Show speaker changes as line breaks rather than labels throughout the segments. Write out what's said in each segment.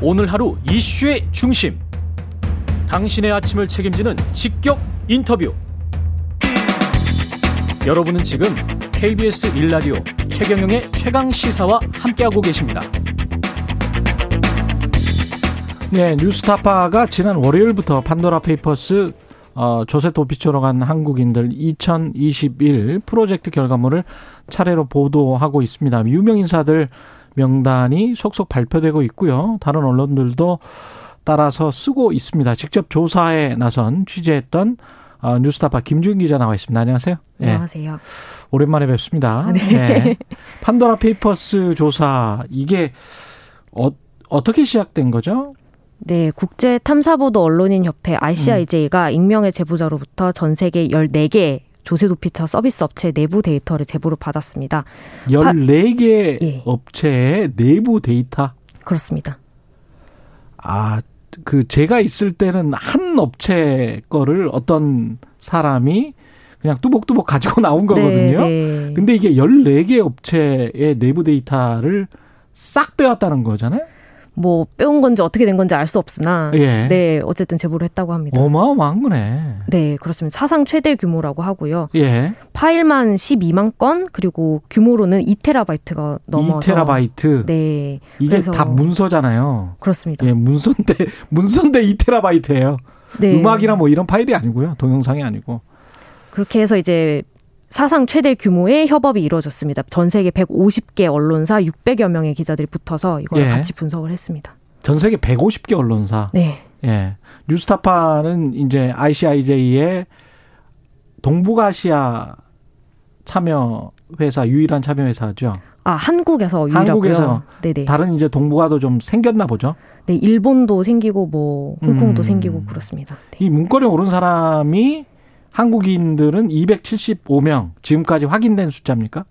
오늘 하루 이슈의 중심. 당신의 아침을 책임지는 직격 인터뷰. 여러분은 지금 KBS 일라디오 최경영의 최강 시사와 함께하고 계십니다.
네, 뉴스타파가 지난 월요일부터 판도라 페이퍼스 어, 조세 도피처로 간 한국인들 2021 프로젝트 결과물을 차례로 보도하고 있습니다. 유명 인사들 명단이 속속 발표되고 있고요. 다른 언론들도 따라서 쓰고 있습니다. 직접 조사에 나선 취재했던 어, 뉴스타파 김준 기자 나와 있습니다. 안녕하세요. 예,
안녕하세요.
오랜만에 뵙습니다.
아, 네.
예. 판도라 페이퍼스 조사 이게 어, 어떻게 시작된 거죠?
네, 국제 탐사보도 언론인 협회
음.
ICIJ가 익명의 제보자로부터 전 세계 14개 조세 도피처 서비스 업체 내부 데이터를 제보로 받았습니다.
14개
예.
업체의 내부 데이터.
그렇습니다.
아, 그 제가 있을 때는 한 업체 거를 어떤 사람이 그냥 뚜벅뚜벅 가지고 나온 거거든요. 그-
네, 네.
근데 이게 14개 업체의 내부 데이터를 싹 빼왔다는 거잖아요.
뭐 빼온 건지 어떻게 된 건지 알 수 없으나
예.
네, 어쨌든 제보를 했다고 합니다.
어마어마한 거네.
네, 그렇습니다. 사상 최대 규모라고 하고요.
예.
파일만 12만 건 그리고 규모로는 2테라바이트가 넘어서
2테라바이트.
네.
이게
그래서-
다 문서잖아요.
그렇습니다.
예, 문서인데 문서인데 2테라바이트예요.
네.
음악이나 뭐 이런 파일이 아니고요. 동영상이 아니고.
그렇게 해서 이제 사상 최대 규모의 협업이 이루어졌습니다. 전 세계 150개 언론사 600여 명의 기자들이 붙어서 이걸
예.
같이 분석을 했습니다.
전 세계 150개 언론사.
네.
예. 뉴스타파는 이제 ICIJ의 동북아시아 참여 회사 유일한 참여 회사죠.
아, 한국에서 유일하고요.
한국에서
네네.
다른 이제 동북아도 좀 생겼나 보죠.
네, 일본도 생기고 뭐 홍콩도
음.
생기고 그렇습니다. 네.
이 문건에 오른 사람이 한국인들은 275명 지금까지 확인된 숫자입니까?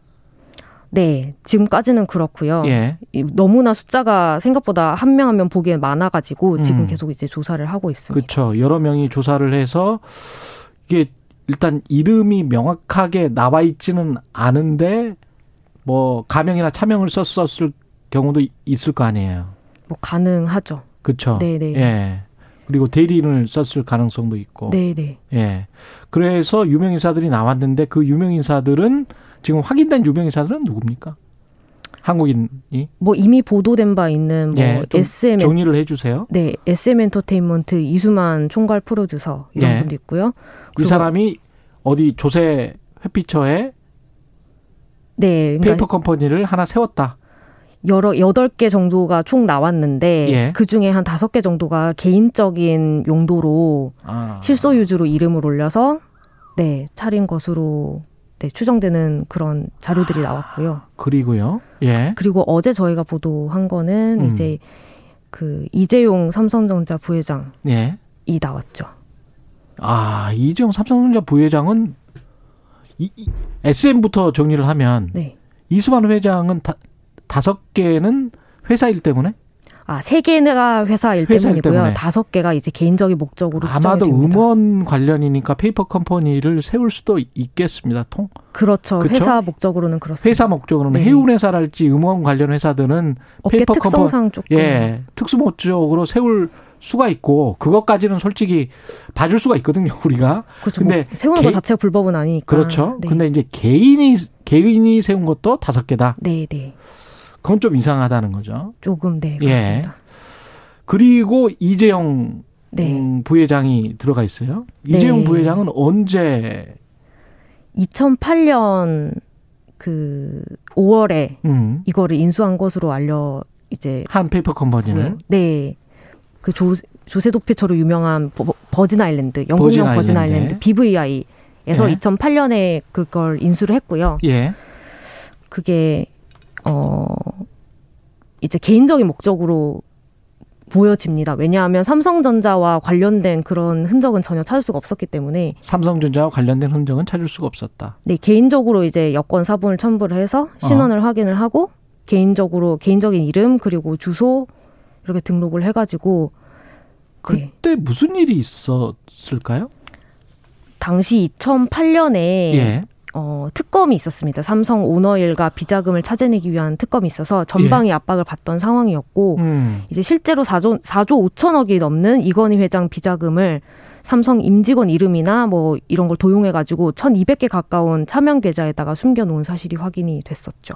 네, 지금까지는 그렇고요.
예.
이- 너무나 숫자가 생각보다 한 명 한 명 보기에 많아 가지고 지금
음.
계속 이제 조사를 하고 있습니다.
그렇죠. 여러 명이 조사를 해서 이게 일단 이름이 명확하게 나와 있지는 않은데 뭐 가명이나 차명을 썼었을 경우도 있을 거 아니에요.
뭐 가능하죠.
그렇죠.
네, 네.
예. 그리고 대리인을 썼을 가능성도 있고.
네, 네.
예. 그래서 유명 인사들이 나왔는데 그 유명 인사들은 지금 확인된 유명 인사들은 누굽니까? 한국인이
뭐 이미 보도된 바 있는 뭐
예, 좀
SM
정리를 해 주세요.
네, SM 엔터테인먼트 이수만 총괄 프로듀서 이런
예.
분도 있고요.
이
그리고-
사람이 어디 조세 회피처에
네, 그러니까
페이퍼 컴퍼니를 하나 세웠다.
여러 여덟 개 정도가 총 나왔는데
예.
그 중에 한 다섯 개 정도가 개인적인 용도로
아.
실소 유주로 이름을 올려서 네 차린 것으로 네, 추정되는 그런
아.
자료들이 나왔고요.
그리고요. 예.
그리고 어제 저희가 보도한 거는
음.
이제 그 이재용 삼성전자 부회장이
예.
나왔죠.
아, 이재용 삼성전자 부회장은 이, 이 SM부터 정리를 하면
네,
이수만 회장은 다, 다섯 개는 회사일 때문에
아세 개가 회사일
회사일 때문에.
때문이고요. 다섯 개가 이제 개인적인 목적으로
아마도
추정이 됩니다.
음원 관련이니까 페이퍼 컴퍼니를 세울 수도 있겠습니다. 통
그렇죠.
그쵸?
회사 목적으로는 그렇습니다.
회사 목적으로는
네.
해운 회사랄지 음원 관련 회사들은
업계
페이퍼
특성상 네. 조금
예 특수 목적으로 세울 수가 있고 그것까지는 솔직히 봐줄 수가 있거든요 우리가
그렇죠.
근데
뭐 세우는
개-
것 자체가 불법은 아니니까.
그렇죠.
네.
근데 이제 개인이 개인이 세운 것도 다섯 개다.
네, 네.
그건 좀 이상하다는 거죠.
조금 네,
예.
그렇습니다.
그리고 이재용
네.
음, 부회장이 들어가 있어요. 이재용
네.
부회장은 언제
2008년 그 5월에
음,
이거를 인수한 것으로 알려 이제
한 페이퍼 컴퍼니를
네. 그 조, 조세 도피처로 유명한 버, 버진 아일랜드,
버진
영국령 버진
아일랜드.
아일랜드 BVI 에서
예.
2008년에 그걸 인수를 했고요.
예
그게 어 이제 개인적인 목적으로 보여집니다. 왜냐하면 삼성전자와 관련된 그런 흔적은 전혀 찾을 수가 없었기 때문에
삼성전자와 관련된 흔적은 찾을 수가 없었다.
네, 개인적으로 이제 여권 사본을 첨부를 해서
어.
신원을 확인을 하고 개인적으로 개인적인 이름 그리고 주소 이렇게 등록을 해가지고 네,
그때 무슨 일이 있었을까요?
당시 2008년에
예.
어, 특검이 있었습니다. 삼성 오너일가 비자금을 찾아내기 위한 특검이 있어서 전방위 압박을 받던 상황이었고
예. 음.
이제 실제로 4조, 4조 5천억이 넘는 이건희 회장 비자금을 삼성 임직원 이름이나 뭐 이런 걸 도용해가지고 1,200개 가까운 차명 계좌에다가 숨겨놓은 사실이 확인이 됐었죠.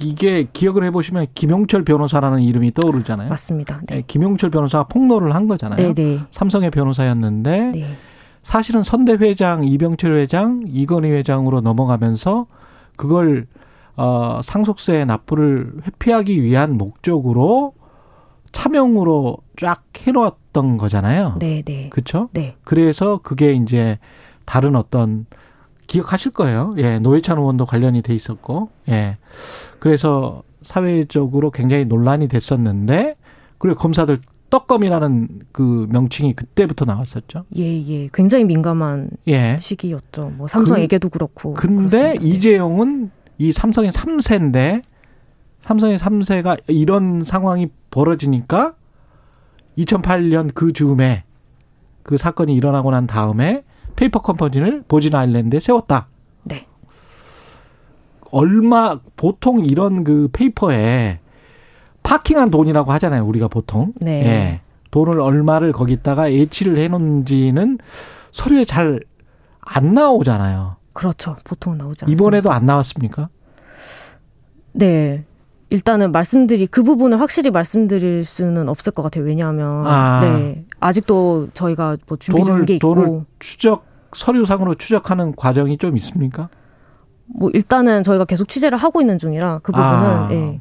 이게 기억을 해보시면 김용철 변호사라는 이름이 떠오르잖아요.
맞습니다. 네.
예, 김용철 변호사가 폭로를 한 거잖아요.
네, 네.
삼성의 변호사였는데
네.
사실은 선대 회장, 이병철 회장, 이건희 회장으로 넘어가면서 그걸 어, 상속세 납부를 회피하기 위한 목적으로 차명으로 쫙 해놓았던 거잖아요.
네, 네.
그렇죠?
네.
그래서 그게 이제 다른 어떤 기억하실 거예요. 예, 노회찬 의원도 관련이 돼 있었고, 예, 그래서 사회적으로 굉장히 논란이 됐었는데, 그리고 검사들 떡검이라는 그 명칭이 그때부터 나왔었죠.
예, 예. 굉장히 민감한
예.
시기였죠. 뭐 삼성에게도 그, 렇고
근데 이재용은 이 삼성의 3세인데 삼성의 3세가 이런 상황이 벌어지니까 2008년 그 즈음에 그 사건이 일어나고 난 다음에 페이퍼 컴퍼니를 보진 아일랜드에 세웠다.
네.
얼마 보통 이런 그 페이퍼에 파킹한 돈이라고 하잖아요. 우리가 보통.
네.
예. 돈을 얼마를 거기다가 예치를 해 놓은지는 서류에 잘 안 나오잖아요.
그렇죠. 보통은 나오지 않습니다.
이번에도 안 나왔습니까?
네. 일단은 말씀드리 그 부분을 확실히 말씀드릴 수는 없을 것 같아요. 왜냐하면
아.
네. 아직도 저희가 뭐 준비 중인 게
돈을
있고
돈을 추적 서류상으로 추적하는 과정이 좀 있습니까?
뭐 일단은 저희가 계속 취재를 하고 있는 중이라 그 부분은
아.
예.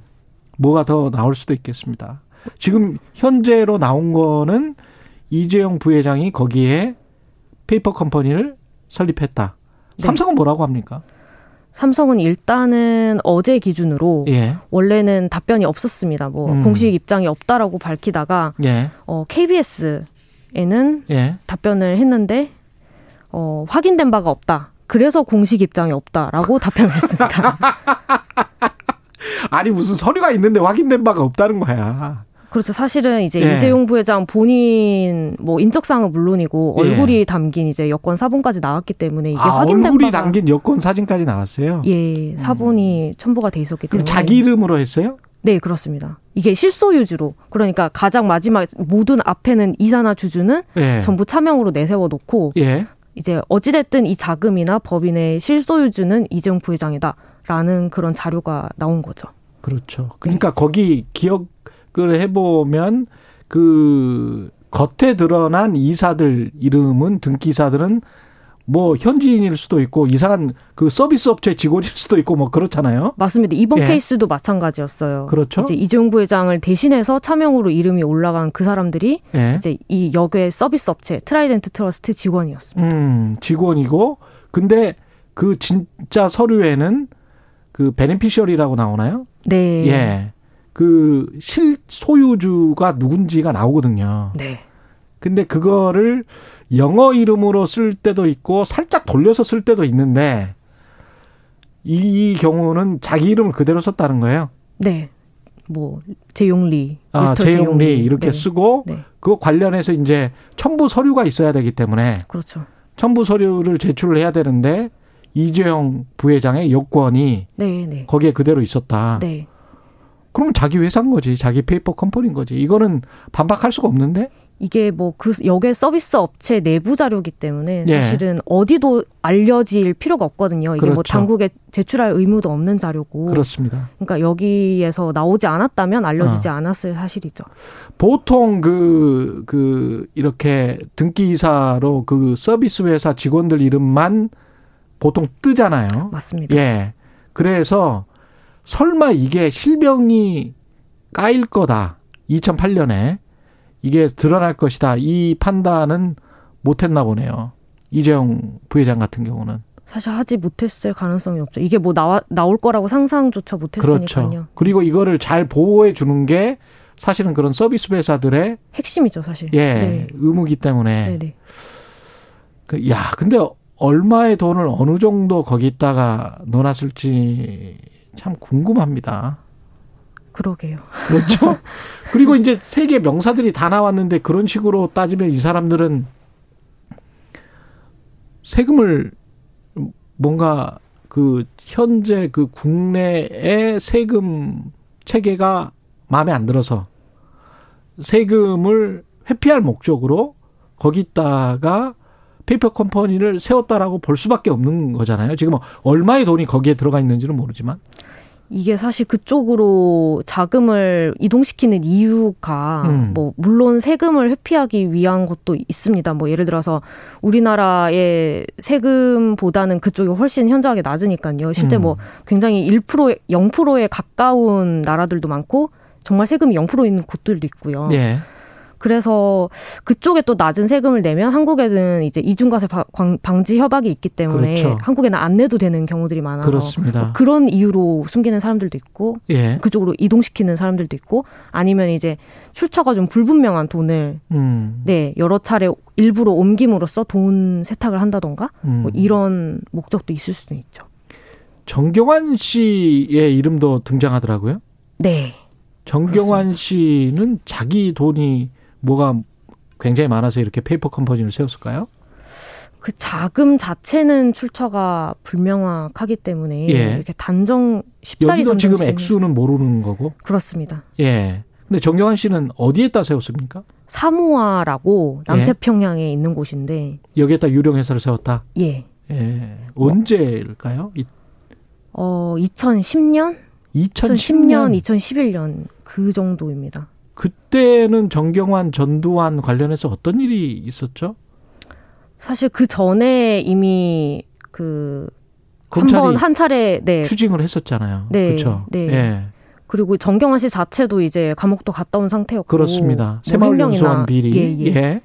뭐가 더 나올 수도 있겠습니다. 지금 현재로 나온 거는 이재용 부회장이 거기에 페이퍼 컴퍼니를 설립했다.
네.
삼성은 뭐라고 합니까?
삼성은 일단은 어제 기준으로
예,
원래는 답변이 없었습니다. 뭐
음.
공식 입장이 없다라고 밝히다가
예,
어, KBS에는
예.
답변을 했는데 어, 확인된 바가 없다. 그래서 공식 입장이 없다라고 답변을 했습니다.
아니 무슨 서류가 있는데 확인된 바가 없다는 거야.
그렇죠. 사실은 이제
예.
이재용 부회장 본인 뭐 인적사항은 물론이고
예.
얼굴이 담긴 이제 여권 사본까지 나왔기 때문에 이게
아,
확인된
얼굴이
바가
담긴 여권 사진까지 나왔어요.
예 사본이 첨부가 돼 있었기 때문에
그럼 자기 이름으로 했어요?
네 그렇습니다. 이게 실소 유주로 그러니까 가장 마지막 모든 앞에는 이사나 주주는
예,
전부 차명으로 내세워 놓고
예.
이제 어찌됐든 이 자금이나 법인의 실소유주는 이재용 부회장이다라는 그런 자료가 나온 거죠.
그렇죠. 그러니까 거기 기억을 해보면 그 겉에 드러난 이사들 이름은 등기사들은 뭐 현지인일 수도 있고 이상한 그 서비스 업체 직원일 수도 있고 뭐 그렇잖아요.
맞습니다. 이번
예.
케이스도 마찬가지였어요.
그렇죠.
이제 이재용 부회장을 대신해서 차명으로 이름이 올라간 그 사람들이
예.
이제 이 역의 서비스 업체 트라이덴트 트러스트 직원이었습니다.
음, 직원이고 근데 그 진짜 서류에는 그 베네피셜이라고 나오나요?
네.
예. 그 실소유주가 누군지가 나오거든요.
네.
근데 그거를 영어 이름으로 쓸 때도 있고 살짝 돌려서 쓸 때도 있는데 이, 이 경우는 자기 이름을 그대로 썼다는 거예요.
네. 뭐 제용리,
아,
미스터
재용리 이렇게
네.
쓰고
네.
그거 관련해서 이제 첨부 서류가 있어야 되기 때문에
그렇죠.
첨부 서류를 제출을 해야 되는데 이재용 부회장의 여권이
네, 네.
거기에 그대로 있었다.
네.
그럼 자기 회사인 거지. 자기 페이퍼 컴퍼니인 거지. 이거는 반박할 수가 없는데.
이게 뭐 그 역의 서비스 업체 내부 자료기 때문에
예.
사실은 어디도 알려질 필요가 없거든요. 이게 뭐
그렇죠.
당국에 제출할 의무도 없는 자료고.
그렇습니다.
그러니까 여기에서 나오지 않았다면 알려지지
아.
않았을 사실이죠.
보통 그, 그, 이렇게 등기이사로 그 서비스 회사 직원들 이름만 보통 뜨잖아요.
맞습니다.
예. 그래서 설마 이게 실명이 까일 거다. 2008년에 이게 드러날 것이다. 이 판단은 못 했나 보네요. 이재용 부회장 같은 경우는.
사실 하지 못했을 가능성이 없죠. 이게 뭐 나와, 나올 거라고 상상조차 못했으니까요.
그렇죠. 그리고 이거를 잘 보호해 주는 게 사실은 그런 서비스 회사들의
핵심이죠, 사실.
예,
네.
의무기 때문에
네, 네.
그, 야, 근데 얼마의 돈을 어느 정도 거기다가 넣어놨을지 참 궁금합니다.
그러게요.
그렇죠? 그리고 이제 세계 명사들이 다 나왔는데 그런 식으로 따지면 이 사람들은 세금을 뭔가 그 현재 그 국내의 세금 체계가 마음에 안 들어서 세금을 회피할 목적으로 거기다가 페이퍼 컴퍼니를 세웠다라고 볼 수밖에 없는 거잖아요. 지금 얼마의 돈이 거기에 들어가 있는지는 모르지만
이게 사실 그쪽으로 자금을 이동시키는 이유가
음.
뭐 물론 세금을 회피하기 위한 것도 있습니다. 뭐 예를 들어서 우리나라의 세금보다는 그쪽이 훨씬 현저하게 낮으니까요. 실제
음.
뭐 굉장히 1% 0%에 가까운 나라들도 많고 정말 세금이 0% 있는 곳들도 있고요.
예.
그래서 그쪽에 또 낮은 세금을 내면 한국에는 이제 이중과세 바- 광- 방지 협약이 있기 때문에
그렇죠.
한국에는 안 내도 되는 경우들이 많아서
그렇습니다.
뭐 그런 이유로 숨기는 사람들도 있고
예.
그쪽으로 이동시키는 사람들도 있고 아니면 이제 출처가 좀 불분명한 돈을
음.
네 여러 차례 일부러 옮김으로써 돈 세탁을 한다던가
음.
뭐 이런 목적도 있을 수도 있죠.
정경환 씨의 이름도 등장하더라고요.
네.
정경환 씨는 자기 돈이 뭐가 굉장히 많아서 이렇게 페이퍼 컴퍼니를 세웠을까요?
그 자금 자체는 출처가 불명확하기 때문에
예.
이렇게 단정 쉽사리
여기도 지금
단정짓기는
액수는 모르는 거고.
그렇습니다.
예. 근데 정경환 씨는 어디에다 세웠습니까?
사모아라고
예.
남태평양에 있는 곳인데
여기에다 유령 회사를 세웠다.
예.
예. 언제일까요? 이-
어 2010년,
2010년
2010년, 2011년 그 정도입니다.
그때는 정경환 전두환 관련해서 어떤 일이 있었죠?
사실 그 전에 이미 그 한
검찰이
번 한 차례 네
추징을 했었잖아요.
네,
그렇죠.
네.
예.
그리고 정경환 씨 자체도 이제 감옥도 갔다 온 상태였고
그렇습니다.
뭐
새마을
횡령이나-
연수원 비리.
예, 예.
예.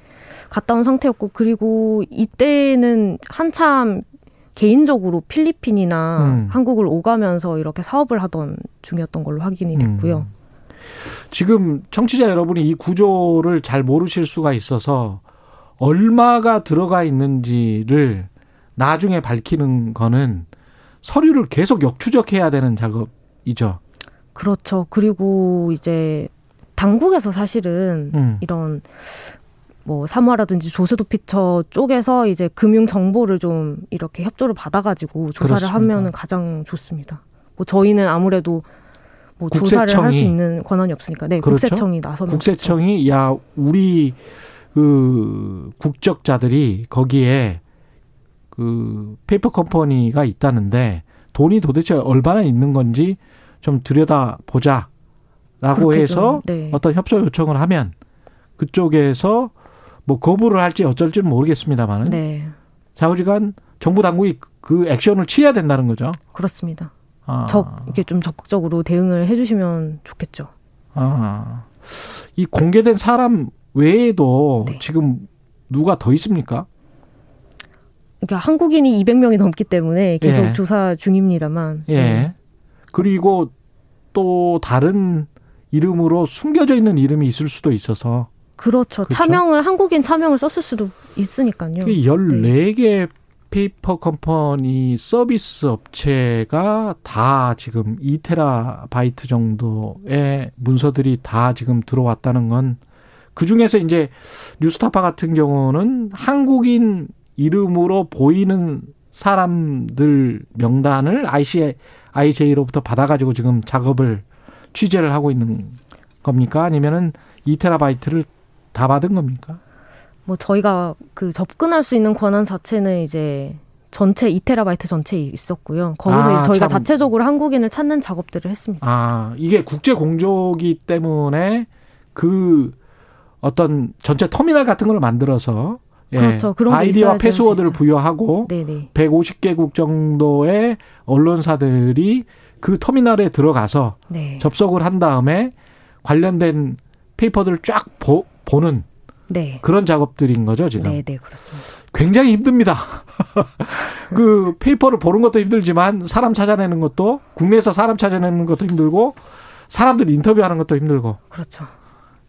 갔다 온 상태였고 그리고 이때는 한참 개인적으로 필리핀이나
음.
한국을 오가면서 이렇게 사업을 하던 중이었던 걸로 확인이 됐고요.
음. 지금 청취자 여러분이 이 구조를 잘 모르실 수가 있어서 얼마가 들어가 있는지를 나중에 밝히는 거는 서류를 계속 역추적해야 되는 작업이죠.
그렇죠. 그리고 이제 당국에서 사실은
음.
이런 뭐 사무라든지 조세도피처 쪽에서 이제 금융 정보를 좀 이렇게 협조를 받아가지고 조사를
그렇습니다.
하면은 가장 좋습니다. 뭐 저희는 아무래도 뭐 조사를 할 수
국세청이.
있는 권한이 없으니까 네
그렇죠?
국세청이 나서면 좋죠.
국세청이 야 우리 그 국적자들이 거기에 그 페이퍼 컴퍼니가 있다는데 돈이 도대체 얼마나 있는 건지 좀 들여다 보자라고
그렇게
해서
좀, 네.
어떤 협조 요청을 하면 그쪽에서 뭐 거부를 할지 어쩔지는 모르겠습니다만은
네
좌우지간 정부 당국이 그 액션을 취해야 된다는 거죠.
그렇습니다.
아.
적 이게 좀 적극적으로 대응을 해주시면 좋겠죠.
아, 이 공개된 사람 외에도
네.
지금 누가 더 있습니까?
그러니까 한국인이 200명이 넘기 때문에 계속
예.
조사 중입니다만
예.
네.
그리고 또 다른 이름으로 숨겨져 있는 이름이 있을 수도 있어서
그렇죠.
그렇죠.
차명을 한국인 차명을 썼을 수도 있으니까요.
그 14개 페이퍼 컴퍼니 서비스 업체가 다 지금 2테라바이트 정도의 문서들이 다 지금 들어왔다는 건 그중에서 이제 뉴스타파 같은 경우는 한국인 이름으로 보이는 사람들 명단을 IC, IJ로부터 받아가지고 지금 작업을 취재를 하고 있는 겁니까? 아니면은 2테라바이트를 다 받은 겁니까?
뭐 저희가 그 접근할 수 있는 권한 자체는 이제 전체 2테라바이트 전체에 있었고요. 거기서
아,
이제 저희가
참.
자체적으로 한국인을 찾는 작업들을 했습니다.
아, 이게 국제 공조기 때문에 그 어떤 전체 터미널 같은 걸 만들어서 예,
그렇죠. 그런 게
아이디와
있어야 되는
패스워드를
거죠.
부여하고
네네.
150개국 정도의 언론사들이 그 터미널에 들어가서
네.
접속을 한 다음에 관련된 페이퍼들을 쫙 보, 보는
네.
그런 작업들인 거죠, 지금.
네, 네, 그렇습니다.
굉장히 힘듭니다. 그 페이퍼를 보는 것도 힘들지만 사람 찾아내는 것도 국내에서 사람 찾아내는 것도 힘들고 사람들 인터뷰하는 것도 힘들고
그렇죠.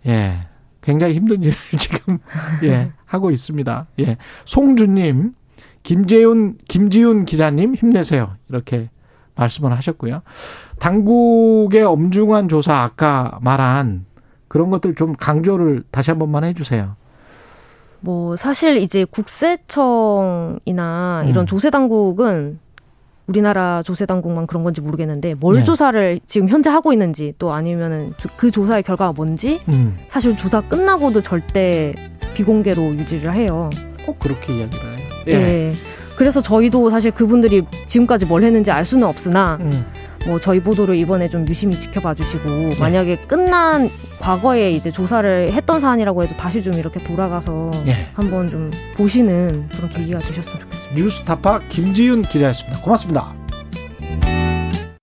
예 굉장히 힘든 일을 지금 예 하고 있습니다. 예 송주님, 김재윤 김지윤 기자님 힘내세요 이렇게 말씀을 하셨고요. 당국의 엄중한 조사 아까 말한 그런 것들 좀 강조를 다시 한 번만 해주세요.
뭐 사실 이제 국세청이나
음.
이런 조세 당국은 우리나라 조세 당국만 그런 건지 모르겠는데 뭘
네.
조사를 지금 현재 하고 있는지 또 아니면은 조- 그 조사의 결과가 뭔지
음.
사실 조사 끝나고도 절대 비공개로 유지를 해요.
꼭 그렇게 이야기를 해요.
예. 그래서 저희도 사실 그분들이 지금까지 뭘 했는지 알 수는 없으나
음.
뭐 저희 보도를 이번에 좀 유심히 지켜봐 주시고 만약에 끝난 과거에 이제 조사를 했던 사안이라고 해도 다시 좀 이렇게 돌아가서
예.
한번 좀 보시는 그런 계기가 되셨으면 좋겠습니다.
뉴스타파 김지윤 기자였습니다. 고맙습니다.